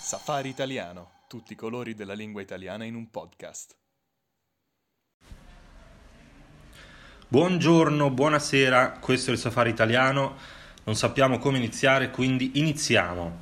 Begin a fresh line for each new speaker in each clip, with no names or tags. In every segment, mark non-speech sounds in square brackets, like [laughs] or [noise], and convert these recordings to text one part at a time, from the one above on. Safari Italiano, tutti i colori della lingua italiana in un podcast.
Buongiorno, buonasera, questo è il Safari Italiano, non sappiamo come iniziare, quindi iniziamo.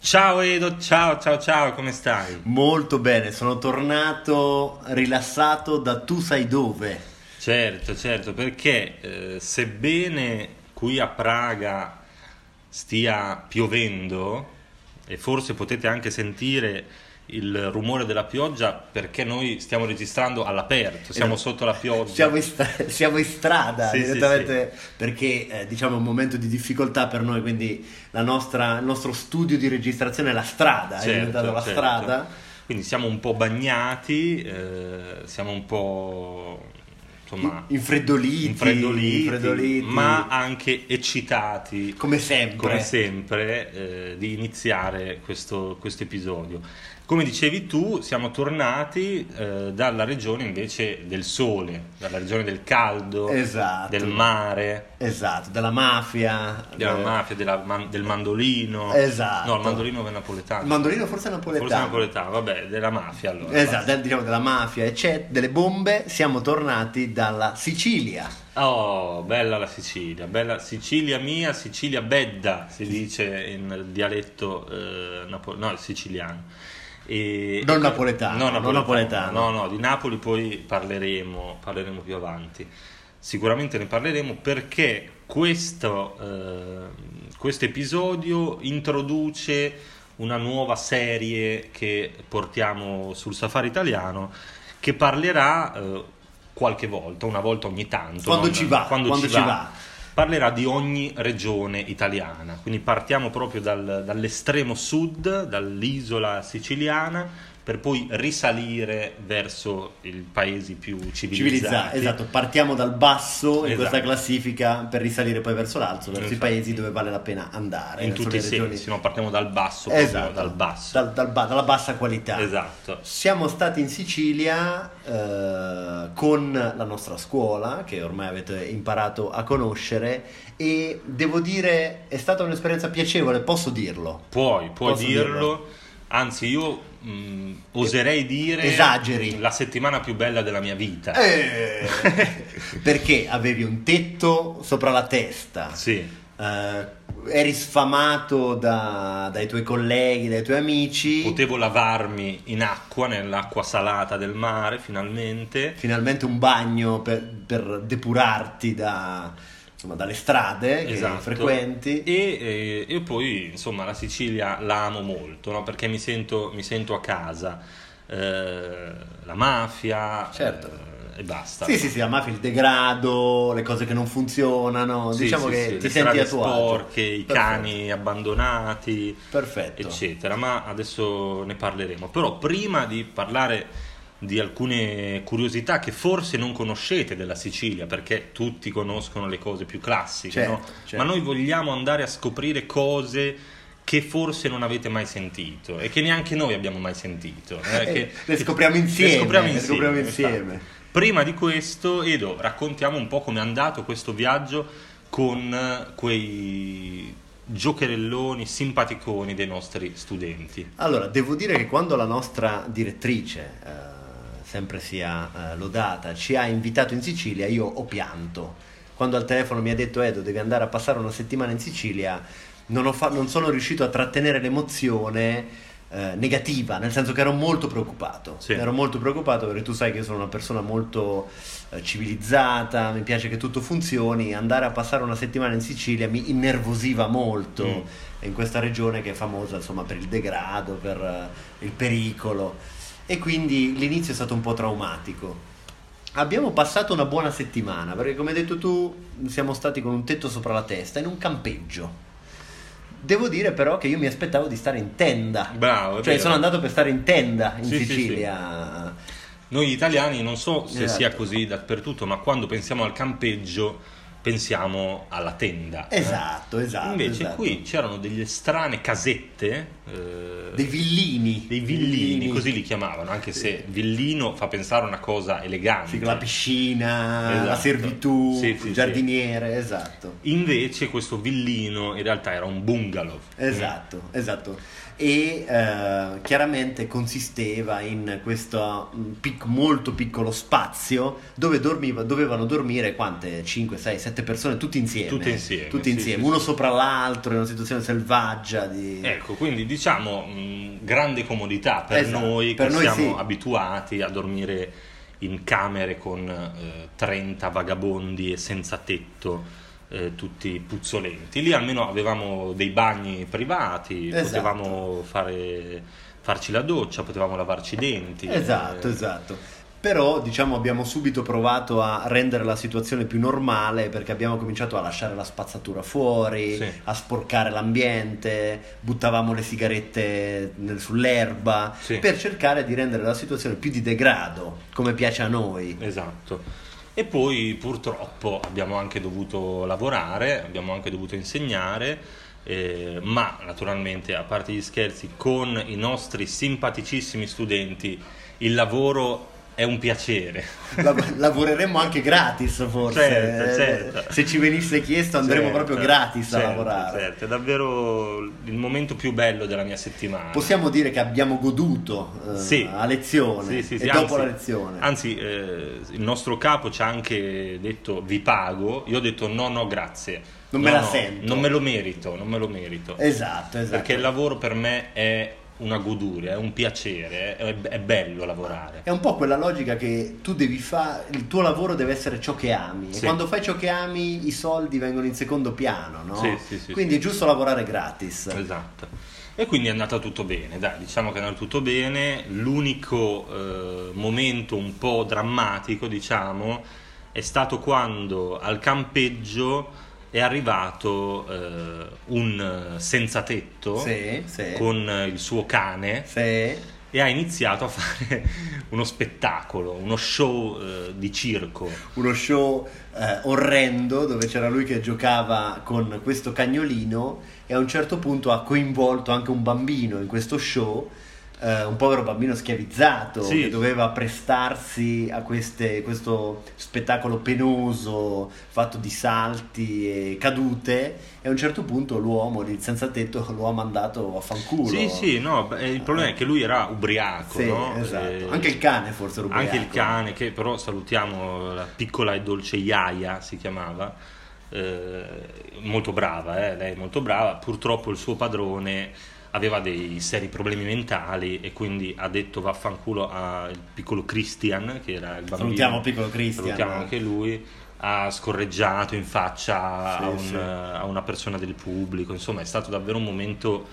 Ciao Edo, ciao ciao ciao, come stai?
Molto bene, sono tornato rilassato da tu sai dove.
Certo, certo, perché eh, sebbene qui a Praga stia piovendo e forse potete anche sentire il rumore della pioggia perché noi stiamo registrando all'aperto, siamo
Eh,
sotto la pioggia.
Siamo in, stra- siamo in strada
Sì, sì,
direttamente perché eh, diciamo è un momento di difficoltà per noi, quindi la nostra- il nostro studio di registrazione è la strada, è
Certo,
diventata la
certo.
strada.
Quindi siamo un po' bagnati, eh, siamo un po' insomma,
infreddoliti,
infreddoliti,
infreddoliti.
ma anche eccitati
Come sempre.
come sempre eh, di iniziare questo, questo episodio. Come dicevi tu, siamo tornati eh, dalla regione invece del sole, dalla regione del caldo,
Esatto.
del mare,
Esatto, dalla mafia.
della
eh,
mafia, della man- del mandolino.
Esatto.
No, il mandolino è napoletano.
Il mandolino forse è napoletano.
Forse napoletano, vabbè, della mafia allora.
Esatto, del- diciamo della mafia, eccetera, delle bombe, siamo tornati dalla Sicilia.
Oh, bella la Sicilia, bella Sicilia mia, Sicilia bedda, si dice in dialetto eh, napo- no, siciliano. E-
Non napoletano,
non
non napoletano.
No, no, di Napoli poi parleremo, parleremo più avanti. Sicuramente ne parleremo perché questo, eh, questo episodio introduce una nuova serie che portiamo sul Safari Italiano che parlerà eh, qualche volta, una volta ogni tanto.
Quando
non-
ci va,
quando
quando
ci
ci
va,
va.
Parlerà di ogni regione italiana, quindi partiamo proprio dal- dall'estremo sud, dall'isola siciliana, per poi risalire verso i paesi più civilizzati.
Civilizzato, esatto, partiamo dal basso in
Esatto.
questa classifica per risalire poi verso l'alto, verso i
Infatti.
paesi dove vale la pena andare.
In
verso
tutti i
Eh, le regioni-
sensi, no? partiamo dal basso, proprio
Esatto,
dal basso.
dal- dal ba- dalla bassa qualità.
Esatto.
Siamo stati in Sicilia eh, con la nostra scuola, che ormai avete imparato a conoscere, e devo dire è stata un'esperienza piacevole, posso dirlo.
[laughs] Puoi, puoi
Posso
dirlo.
dirlo?
Anzi, io mh, oserei dire
Esageri.
la settimana più bella della mia vita.
Eh, perché avevi un tetto sopra la testa,
Sì.
eh, eri sfamato da- dai tuoi colleghi, dai tuoi amici.
Potevo lavarmi in acqua, nell'acqua salata del mare, finalmente.
finalmente un bagno per, per depurarti da- insomma, dalle strade che
Esatto.
frequenti.
E, e- e poi, insomma, la Sicilia la amo molto, no? perché mi sento, mi sento a casa. Eh, la mafia
Certo.
eh, e basta.
Sì, sì, sì, la mafia, il degrado, le cose che non funzionano,
Sì,
diciamo
sì,
che
sì,
ti
le
senti a
strade
tuo agio.
sporche, i
Perfetto,
cani abbandonati,
Perfetto.
eccetera. Ma adesso ne parleremo. Però prima di parlare di alcune curiosità che forse non conoscete della Sicilia, perché tutti conoscono le cose più classiche,
Certo,
no?
certo.
ma noi vogliamo andare a scoprire cose che forse non avete mai sentito e che neanche noi abbiamo mai sentito. eh,
Eh,
che-
le scopriamo insieme,
le scopriamo
le
insieme.
scopriamo
esatto.
insieme.
Prima di questo, Edo, raccontiamo un po' come è andato questo viaggio con eh, quei giocherelloni simpaticoni dei nostri studenti.
Allora, devo dire che quando la nostra direttrice, eh, sempre sia eh, lodata, ci ha invitato in Sicilia, io ho pianto. Quando al telefono mi ha detto Edo devi andare a passare una settimana in Sicilia, non, ho fa- non sono riuscito a trattenere l'emozione eh, negativa, nel senso che ero molto preoccupato.
Sì.
Ero molto preoccupato perché tu sai che io sono una persona molto eh, civilizzata, mi piace che tutto funzioni, andare a passare una settimana in Sicilia mi innervosiva molto
Mm.
in questa regione che è famosa insomma per il degrado, per eh, il pericolo e quindi l'inizio è stato un po' traumatico. Abbiamo passato una buona settimana perché come hai detto tu siamo stati con un tetto sopra la testa in un campeggio. Devo dire però che io mi aspettavo di stare in tenda.
Bravo, è
Cioè
vero.
sono andato per stare in tenda in
Sì, sì, sì.
Sicilia.
Noi italiani non so se
Esatto.
sia così dappertutto, ma quando pensiamo al campeggio pensiamo alla tenda. eh.
Esatto, esatto.
Invece
esatto.
qui c'erano delle strane casette, eh,
Dei villini.
dei villini, così li chiamavano, anche se villino fa pensare a una cosa elegante.
Sì, la piscina, la
Esatto.
servitù,
Sì, sì,
il giardiniere, esatto.
Invece questo villino in realtà era un bungalow.
Esatto,
Mm.
esatto. E eh, chiaramente consisteva in questo mm, pic- molto piccolo spazio dove dormiva- dovevano dormire quante? 5, 6, 7 persone tutte insieme.
Tutte insieme,
Tutte
sì,
insieme,
sì,
uno
sì.
sopra l'altro, in una situazione selvaggia. Di...
Ecco, quindi diciamo mh, grande comodità per
Esatto,
noi
per
che
noi
siamo
sì.
abituati a dormire in camere con eh, 30 vagabondi e senza tetto, eh, tutti puzzolenti. Lì almeno avevamo dei bagni privati,
Esatto.
potevamo fare- farci la doccia, potevamo lavarci i denti.
Esatto,
eh,
esatto. Però diciamo abbiamo subito provato a rendere la situazione più normale perché abbiamo cominciato a lasciare la spazzatura fuori,
Sì.
a sporcare l'ambiente, buttavamo le sigarette nel- sull'erba
Sì.
per cercare di rendere la situazione più di degrado, come piace a noi.
Esatto. E poi purtroppo abbiamo anche dovuto lavorare, abbiamo anche dovuto insegnare, eh, ma naturalmente a parte gli scherzi, con i nostri simpaticissimi studenti il lavoro è un piacere.
Lav- [laughs] lavoreremmo anche gratis forse. eh,
Certo, certo.
Se ci venisse chiesto andremo
Certo,
proprio gratis
certo,
a lavorare.
Certo, è davvero il momento più bello della mia settimana.
Possiamo dire che abbiamo goduto eh,
Sì.
a lezione
Sì, sì, sì,
e dopo
anzi-
la lezione.
Anzi, eh, il nostro capo ci ha anche detto vi pago, io ho detto no, no, grazie.
Non
No,
me la
no,
sento."
Non me lo merito, non me lo merito.
Esatto, esatto.
Perché il lavoro per me è una goduria, è un piacere, è, è bello lavorare.
È un po' quella logica che tu devi fare, il tuo lavoro deve essere ciò che ami. E
Sì.
quando fai ciò che ami, i soldi vengono in secondo piano, no?
Sì, sì, sì,
Quindi è giusto lavorare gratis.
Esatto. E quindi è andata tutto bene, dai, diciamo che è andato tutto bene. L'unico eh, momento un po' drammatico, diciamo, è stato quando al campeggio è arrivato eh, un senza tetto
Sì, sì.
con eh, il suo cane
Sì.
e ha iniziato a fare [laughs] uno spettacolo, uno show eh, di circo.
Uno show eh, orrendo dove c'era lui che giocava con questo cagnolino e a un certo punto ha coinvolto anche un bambino in questo show. eh, un povero bambino schiavizzato
Sì.
che doveva prestarsi a queste- questo spettacolo penoso fatto di salti e cadute e a un certo punto l'uomo lì senza tetto [laughs] lo ha mandato a fanculo
Sì, sì, no, beh, il problema è che lui era ubriaco,
Sì,
no?
esatto.
Eh,
anche il cane forse era
anche il
ubriaco.
cane, che però salutiamo la piccola e dolce Iaia, si chiamava, eh, molto brava, eh, lei è molto brava, purtroppo il suo padrone aveva dei seri problemi mentali e quindi ha detto vaffanculo al piccolo Christian, che era il bambino.
salutiamo piccolo Cristian
Salutiamo anche lui. Ha scorreggiato in faccia
Sì,
a, un-
sì.
a una persona del pubblico. Insomma, è stato davvero un momento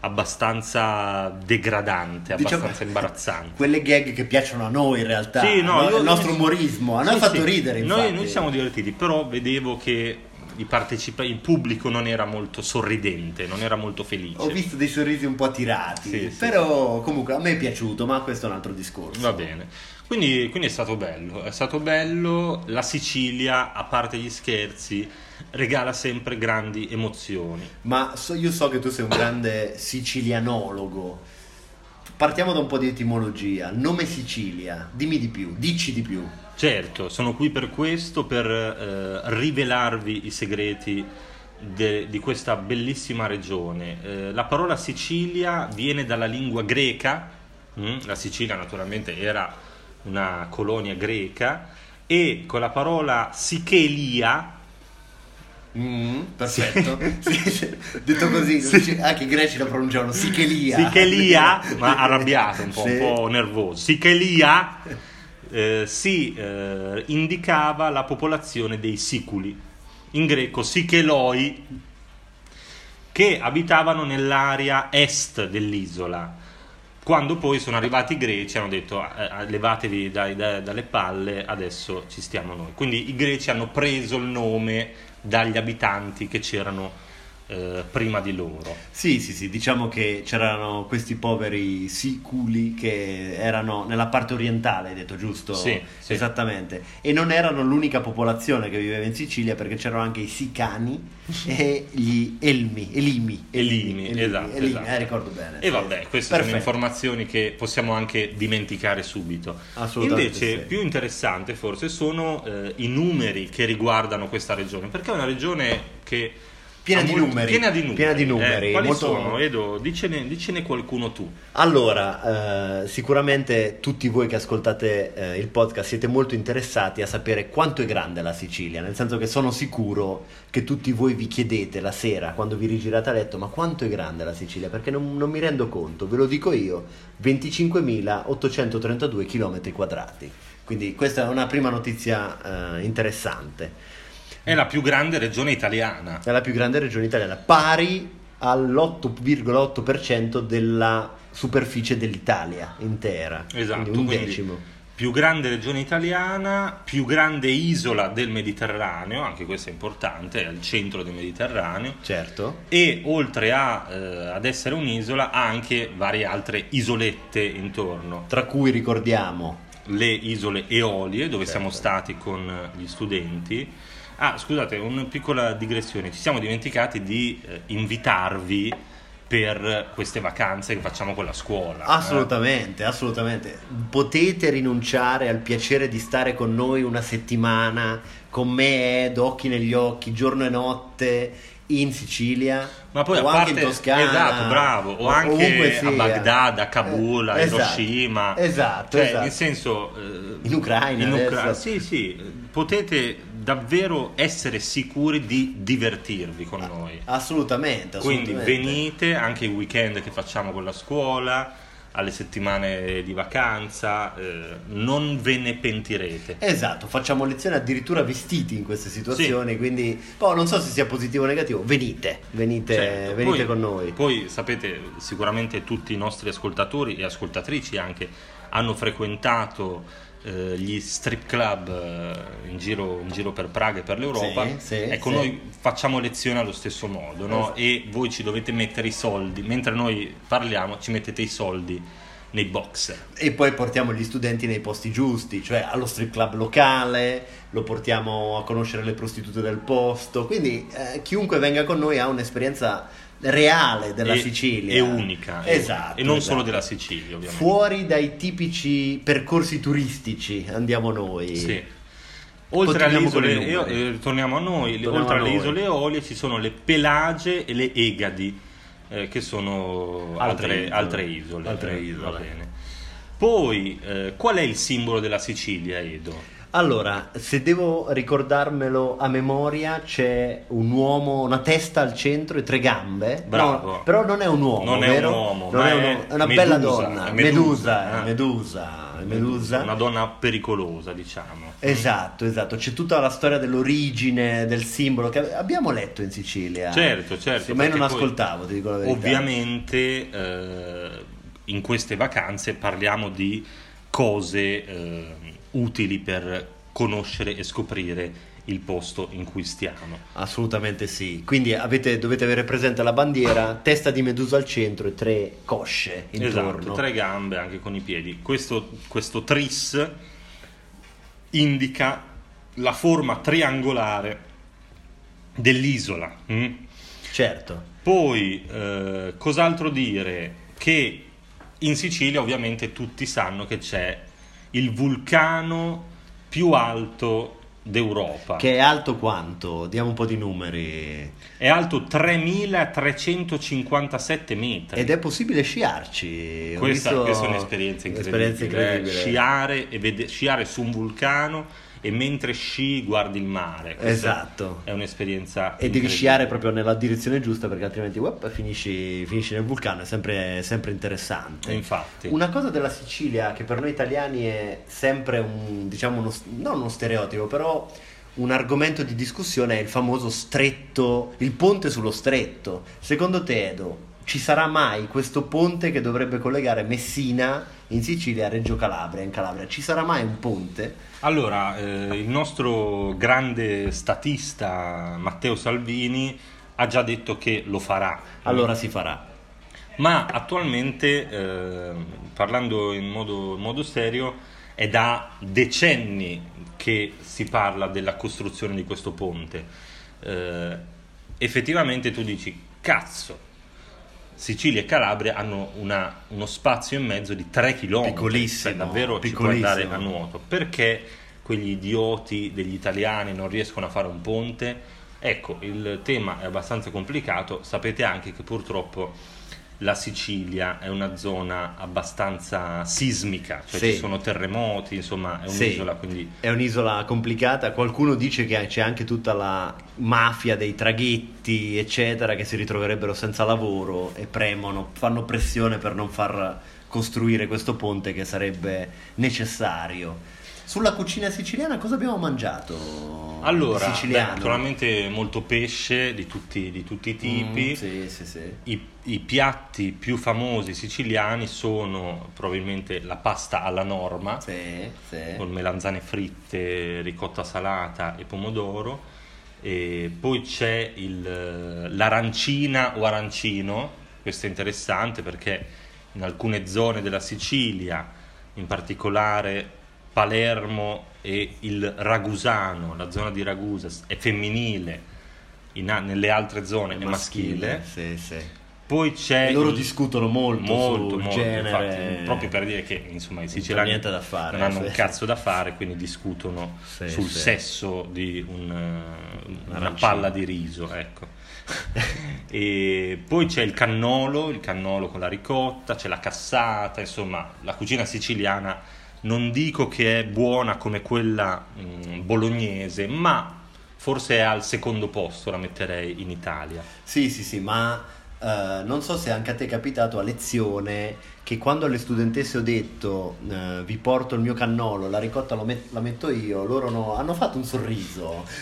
abbastanza degradante,
Diciamo-
abbastanza imbarazzante.
quelle gag che piacciono a noi in realtà, no?
io-
il nostro umorismo, a noi
Sì,
ha fatto
sì.
ridere infatti.
Noi, noi siamo divertiti, però vedevo che i partecipa- il pubblico non era molto sorridente, non era molto felice.
Ho visto dei sorrisi un po' tirati,
Sì, sì.
però comunque a me è piaciuto, ma questo è un altro discorso.
Va bene, quindi, quindi è stato bello, è stato bello, la Sicilia, a parte gli scherzi, regala sempre grandi emozioni.
Ma so- io so che tu sei un grande sicilianologo. Partiamo da un po' di etimologia. Nome Sicilia, dimmi di più, dici di più.
Certo, sono qui per questo, per eh, rivelarvi i segreti de- di questa bellissima regione. Eh, la parola Sicilia viene dalla lingua greca, mm, la Sicilia naturalmente era una colonia greca, e con la parola Sichelia, Mm-hmm.
Mm, perfetto. [laughs] Sì, sì. Detto così, ci- anche i greci la pronunciavano Sichelia.
Sichelia,
[laughs]
ma arrabbiato, un po',
Sì.
un po' nervoso. Sichelia eh, si eh, indicava la popolazione dei siculi, in greco sicheloi, che abitavano nell'area est dell'isola. Quando poi sono arrivati i greci hanno detto "Eh, eh, levatevi dai- da- dalle palle, adesso ci stiamo noi. Quindi i greci hanno preso il nome dagli abitanti che c'erano eh, prima di loro.
Sì, sì, sì, diciamo che c'erano questi poveri siculi che erano nella parte orientale, hai detto giusto?
Sì, sì.
Esattamente. E non erano l'unica popolazione che viveva in Sicilia perché c'erano anche i
[laughs]
sicani e gli elmi, elimi,
Elimi, esatto,
elimi,
esatto.
eh, ricordo bene.
E vabbè, queste sono
Perfetto.
informazioni che possiamo anche dimenticare subito.
Assolutamente
Invece,
sì.
più interessante forse sono eh, i numeri che riguardano questa regione, perché è una regione che
Piena
ha
di numeri,
Piena di numeri.
piena di numeri,
Eh, quali
molto-
sono? Edo, dicene, dicene qualcuno tu.
Allora, eh, sicuramente tutti voi che ascoltate eh, il podcast siete molto interessati a sapere quanto è grande la Sicilia, nel senso che sono sicuro che tutti voi vi chiedete la sera quando vi rigirate a letto ma quanto è grande la Sicilia? Perché non, non mi rendo conto, ve lo dico io, 25.832 km quadrati. Quindi questa è una prima notizia eh, interessante. Mm.
È la più grande regione italiana.
È la più grande regione italiana, pari all'8,8% della superficie dell'Italia intera.
Esatto,
quindi un
quindi-
decimo.
Più grande regione italiana, più grande isola del Mediterraneo, anche questo è importante, è al centro del Mediterraneo.
Certo.
e oltre a, eh, ad essere un'isola ha anche varie altre isolette intorno,
Tra cui ricordiamo
le isole Eolie dove
Certo.
siamo stati con gli studenti. Ah, scusate, una piccola digressione, ci siamo dimenticati di eh, invitarvi per queste vacanze che facciamo con la scuola. eh?
assolutamente, assolutamente. Potete rinunciare al piacere di stare con noi una settimana, con me ed occhi negli occhi, giorno e notte in Sicilia.
eh. Ma poi
o
a parte,
anche in Toscana,
esatto, bravo, o,
ovunque
anche
sia.
a Baghdad, a Kabul, a
Eh, esatto,
Hiroshima,
Esatto,
Cioè,
esatto.
nel senso... eh,
In Ucraina
in
adesso.
Ucraina, sì, sì, eh, potete davvero essere sicuri di divertirvi
Ah,
con noi.
Assolutamente, assolutamente.
Quindi venite anche i weekend che facciamo con la scuola, alle settimane di vacanza, eh, non ve ne pentirete.
Esatto, facciamo lezione addirittura vestiti in queste situazioni, quindi boh, non so se sia positivo o negativo, venite, venite,
Certo,
cioè, venite
poi-
con noi.
Poi sapete, sicuramente tutti i nostri ascoltatori e ascoltatrici anche hanno frequentato eh, gli strip club eh, in giro, in giro per Praga e per l'Europa.
Sì, sì,
ecco,
sì.
noi facciamo lezione allo stesso modo no?
Esatto.
e voi ci dovete mettere i soldi, mentre noi parliamo ci mettete i soldi nei box.
E poi portiamo gli studenti nei posti giusti, cioè allo strip club locale, lo portiamo a conoscere le prostitute del posto, quindi eh, chiunque venga con noi ha un'esperienza reale della
E-
Sicilia.
È unica. è
Esatto.
unica. E non
esatto.
solo della Sicilia, ovviamente.
Fuori dai tipici percorsi turistici andiamo noi.
Sì. Oltre alle
Continuiamo con
isole,
i numeri.
Eo- eh, torniamo a noi, le-
Torniamo
oltre
a
alle
noi.
isole Eolie ci sono le Pelage e le Egadi, eh, che sono altre,
Altre isole.
altre isole.
Altre
eh,
isole.
va bene. Poi, eh, qual è il simbolo della Sicilia, Edo?
Allora, se devo ricordarmelo a memoria, c'è un uomo, una testa al centro e tre gambe.
Bravo.
No, però non è un uomo,
Non è
vero?
un uomo,
Non
ma
è, un
è
uomo, è una
Medusa,
bella donna,
è
Medusa,
Medusa,
è
eh.
Medusa, è Medusa.
Una donna pericolosa, diciamo.
Esatto, esatto, c'è tutta la storia dell'origine del simbolo che abbiamo letto in Sicilia.
Certo, certo,
Sì, ma io non
perché poi-
ascoltavo, ti dico la verità.
Ovviamente eh, in queste vacanze parliamo di cose eh, utili per conoscere e scoprire il posto in cui stiamo.
Assolutamente sì. Quindi avete- dovete avere presente la bandiera, testa di Medusa al centro e tre cosce intorno.
Esatto, tre gambe anche con i piedi. Questo, questo tris indica la forma triangolare dell'isola. mm?
Certo.
Poi, eh, cos'altro dire? Che in Sicilia ovviamente tutti sanno che c'è il vulcano più alto d'Europa.
Che è alto quanto? Diamo un po' di numeri.
È alto 3357 metri.
Ed è possibile sciarci. Ho
questa,
visto-
questa è un'esperienza incredibile.
un'esperienza incredibile.
eh. Sciare, e vede- sciare su un vulcano e mentre sci guardi il mare. Questa
Esatto.
È un'esperienza
E devi
incredibile.
sciare proprio nella direzione giusta perché altrimenti uop, finisci, finisci nel vulcano, è sempre, sempre interessante.
Infatti.
Una cosa della Sicilia che per noi italiani è sempre un, diciamo, uno, non uno stereotipo, però un argomento di discussione è il famoso stretto, il ponte sullo stretto. Secondo te, Edo, ci sarà mai questo ponte che dovrebbe collegare Messina in Sicilia a Reggio Calabria, in Calabria? Ci sarà mai un ponte?
Allora, eh, il nostro grande statista Matteo Salvini ha già detto che lo farà.
Allora si farà.
Ma attualmente, eh, parlando in modo, in modo serio, è da decenni che si parla della costruzione di questo ponte. Eh, effettivamente tu dici, cazzo, Sicilia e Calabria hanno una- uno spazio in mezzo di 3 km.
Piccolissimo,
davvero ci puoi
piccolissimo.
andare a nuoto. Perché quegli idioti degli italiani non riescono a fare un ponte? Ecco, il tema è abbastanza complicato. Sapete anche che purtroppo la Sicilia è una zona abbastanza sismica, cioè
Sì.
ci sono terremoti, insomma è
Sì.
un'isola, quindi
È un'isola complicata, qualcuno dice che c'è anche tutta la mafia dei traghetti, eccetera, che si ritroverebbero senza lavoro e premono, fanno pressione per non far costruire questo ponte che sarebbe necessario. Sulla cucina siciliana cosa abbiamo mangiato?
Allora, beh,
siciliano.
naturalmente molto pesce di tutti, di tutti i tipi.
Mm, sì, sì, sì.
I, i piatti più famosi siciliani sono probabilmente la pasta alla norma,
Sì, sì.
Eh. con melanzane fritte, ricotta salata e pomodoro. E poi c'è il, eh, l'arancina o arancino, questo è interessante perché in alcune zone della Sicilia, in particolare Palermo e il Ragusano, la zona di Ragusa s- è femminile, in a- nelle altre zone è maschile.
Sì, sì.
Poi c'è
E loro
il-
discutono molto sul genere.
infatti, proprio per dire che insomma i
c'è
siciliani
niente da fare,
non hanno
sì.
un cazzo da fare, quindi discutono
Sì,
sul
sì.
sesso di un, eh, una
Arancino.
palla di riso, ecco.
[laughs]
e poi c'è il cannolo, il cannolo con la ricotta, c'è la cassata, insomma, la cucina siciliana non dico che è buona come quella mh, bolognese, ma forse è al secondo posto, la metterei in Italia.
Sì, sì, sì, ma eh, non so se anche a te è capitato a lezione che quando alle studentesse ho detto eh, vi porto il mio cannolo, la ricotta lo met- la metto io, loro no- hanno fatto un sorriso. [laughs]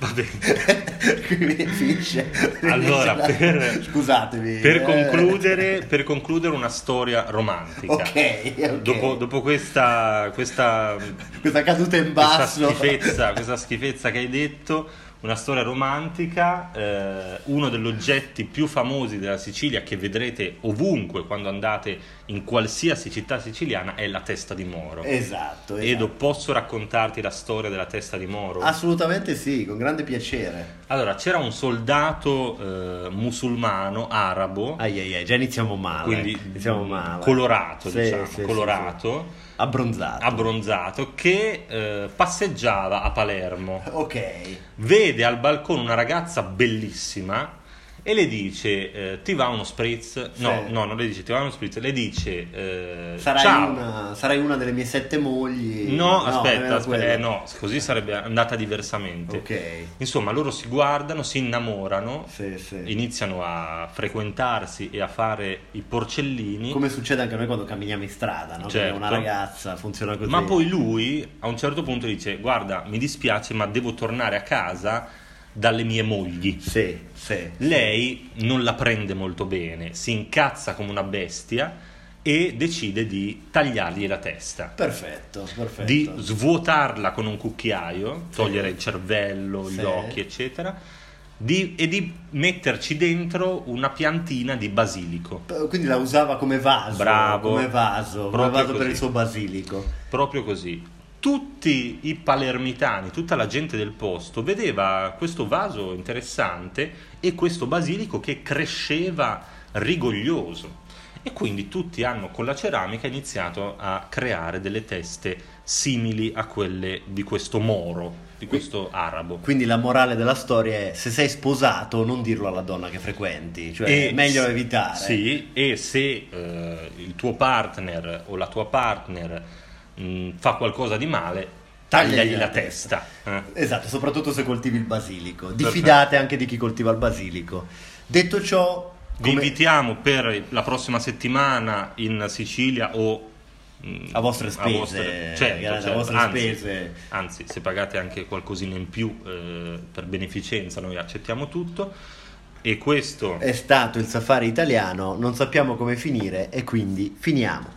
Va bene.
Quindi finisce. [laughs]
Allora, per-
Scusatemi.
Per
eh.
concludere, per concludere una storia romantica.
[laughs] Ok, ok.
Dopo, dopo questa, questa,
Questa caduta in
questa,
basso.
schifezza, questa schifezza che hai detto, una storia romantica, eh, uno degli oggetti più famosi della Sicilia che vedrete ovunque quando andate in qualsiasi città siciliana è la testa di Moro.
Esatto, esatto.
Edo, posso raccontarti la storia della testa di Moro?
Assolutamente sì, con grande piacere.
Allora, c'era un soldato eh, musulmano arabo.
Ai ai ai, già iniziamo male.
quindi diciamo,
iniziamo male.
colorato,
Sì,
diciamo,
sì, sì,
colorato,
sì. Abbronzato.
abbronzato, che eh, passeggiava a Palermo.
ok.
Vede al balcone una ragazza bellissima e le dice eh, ti va uno spritz? No,
Sì.
no, non le dice ti va uno spritz, le dice eh,
Sarai
ciao.
una, sarai una delle mie sette mogli.
No,
nemmeno
aspetta, aspetta,
quello.
eh, no, così sarebbe andata diversamente.
Ok.
Insomma, loro si guardano, si innamorano,
Sì, sì.
iniziano a frequentarsi e a fare i porcellini.
Come succede anche a noi quando camminiamo in strada, no?
Certo.
Che una ragazza funziona così.
Ma poi lui a un certo punto dice: Guarda, mi dispiace, ma devo tornare a casa dalle mie mogli.
Sì, sì.
Lei non la prende molto bene, si incazza come una bestia e decide di tagliargli la testa.
Perfetto, perfetto.
Di svuotarla con un cucchiaio,
Sì.
togliere il cervello, gli
Sì.
occhi, eccetera, di- e di metterci dentro una piantina di basilico.
P- Quindi la usava come vaso.
Bravo.
Come vaso, come
Proprio
vaso
così.
per il suo basilico.
Proprio così. Tutti i palermitani, tutta la gente del posto vedeva questo vaso interessante e questo basilico che cresceva rigoglioso. E quindi tutti hanno con la ceramica iniziato a creare delle teste simili a quelle di questo moro, di questo arabo.
Quindi la morale della storia è se sei sposato non dirlo alla donna che frequenti, cioè è meglio
s-
evitare.
Sì, e se eh, il tuo partner o la tua partner mh, fa qualcosa di male,
Tagliagli
tagliagli
la
la
testa.
testa. eh.
Esatto, soprattutto se coltivi il basilico.
Perfetto.
Diffidate anche di chi coltiva il basilico. Detto ciò,
Vi
come-
invitiamo per la prossima settimana in Sicilia o mh,
A vostre spese,
certo,
ragazzi, a
certo.
vostre
anzi,
spese.
anzi, se pagate anche qualcosina in più eh, per beneficenza, noi accettiamo tutto. E questo
è stato il safari italiano, non sappiamo come finire e quindi finiamo.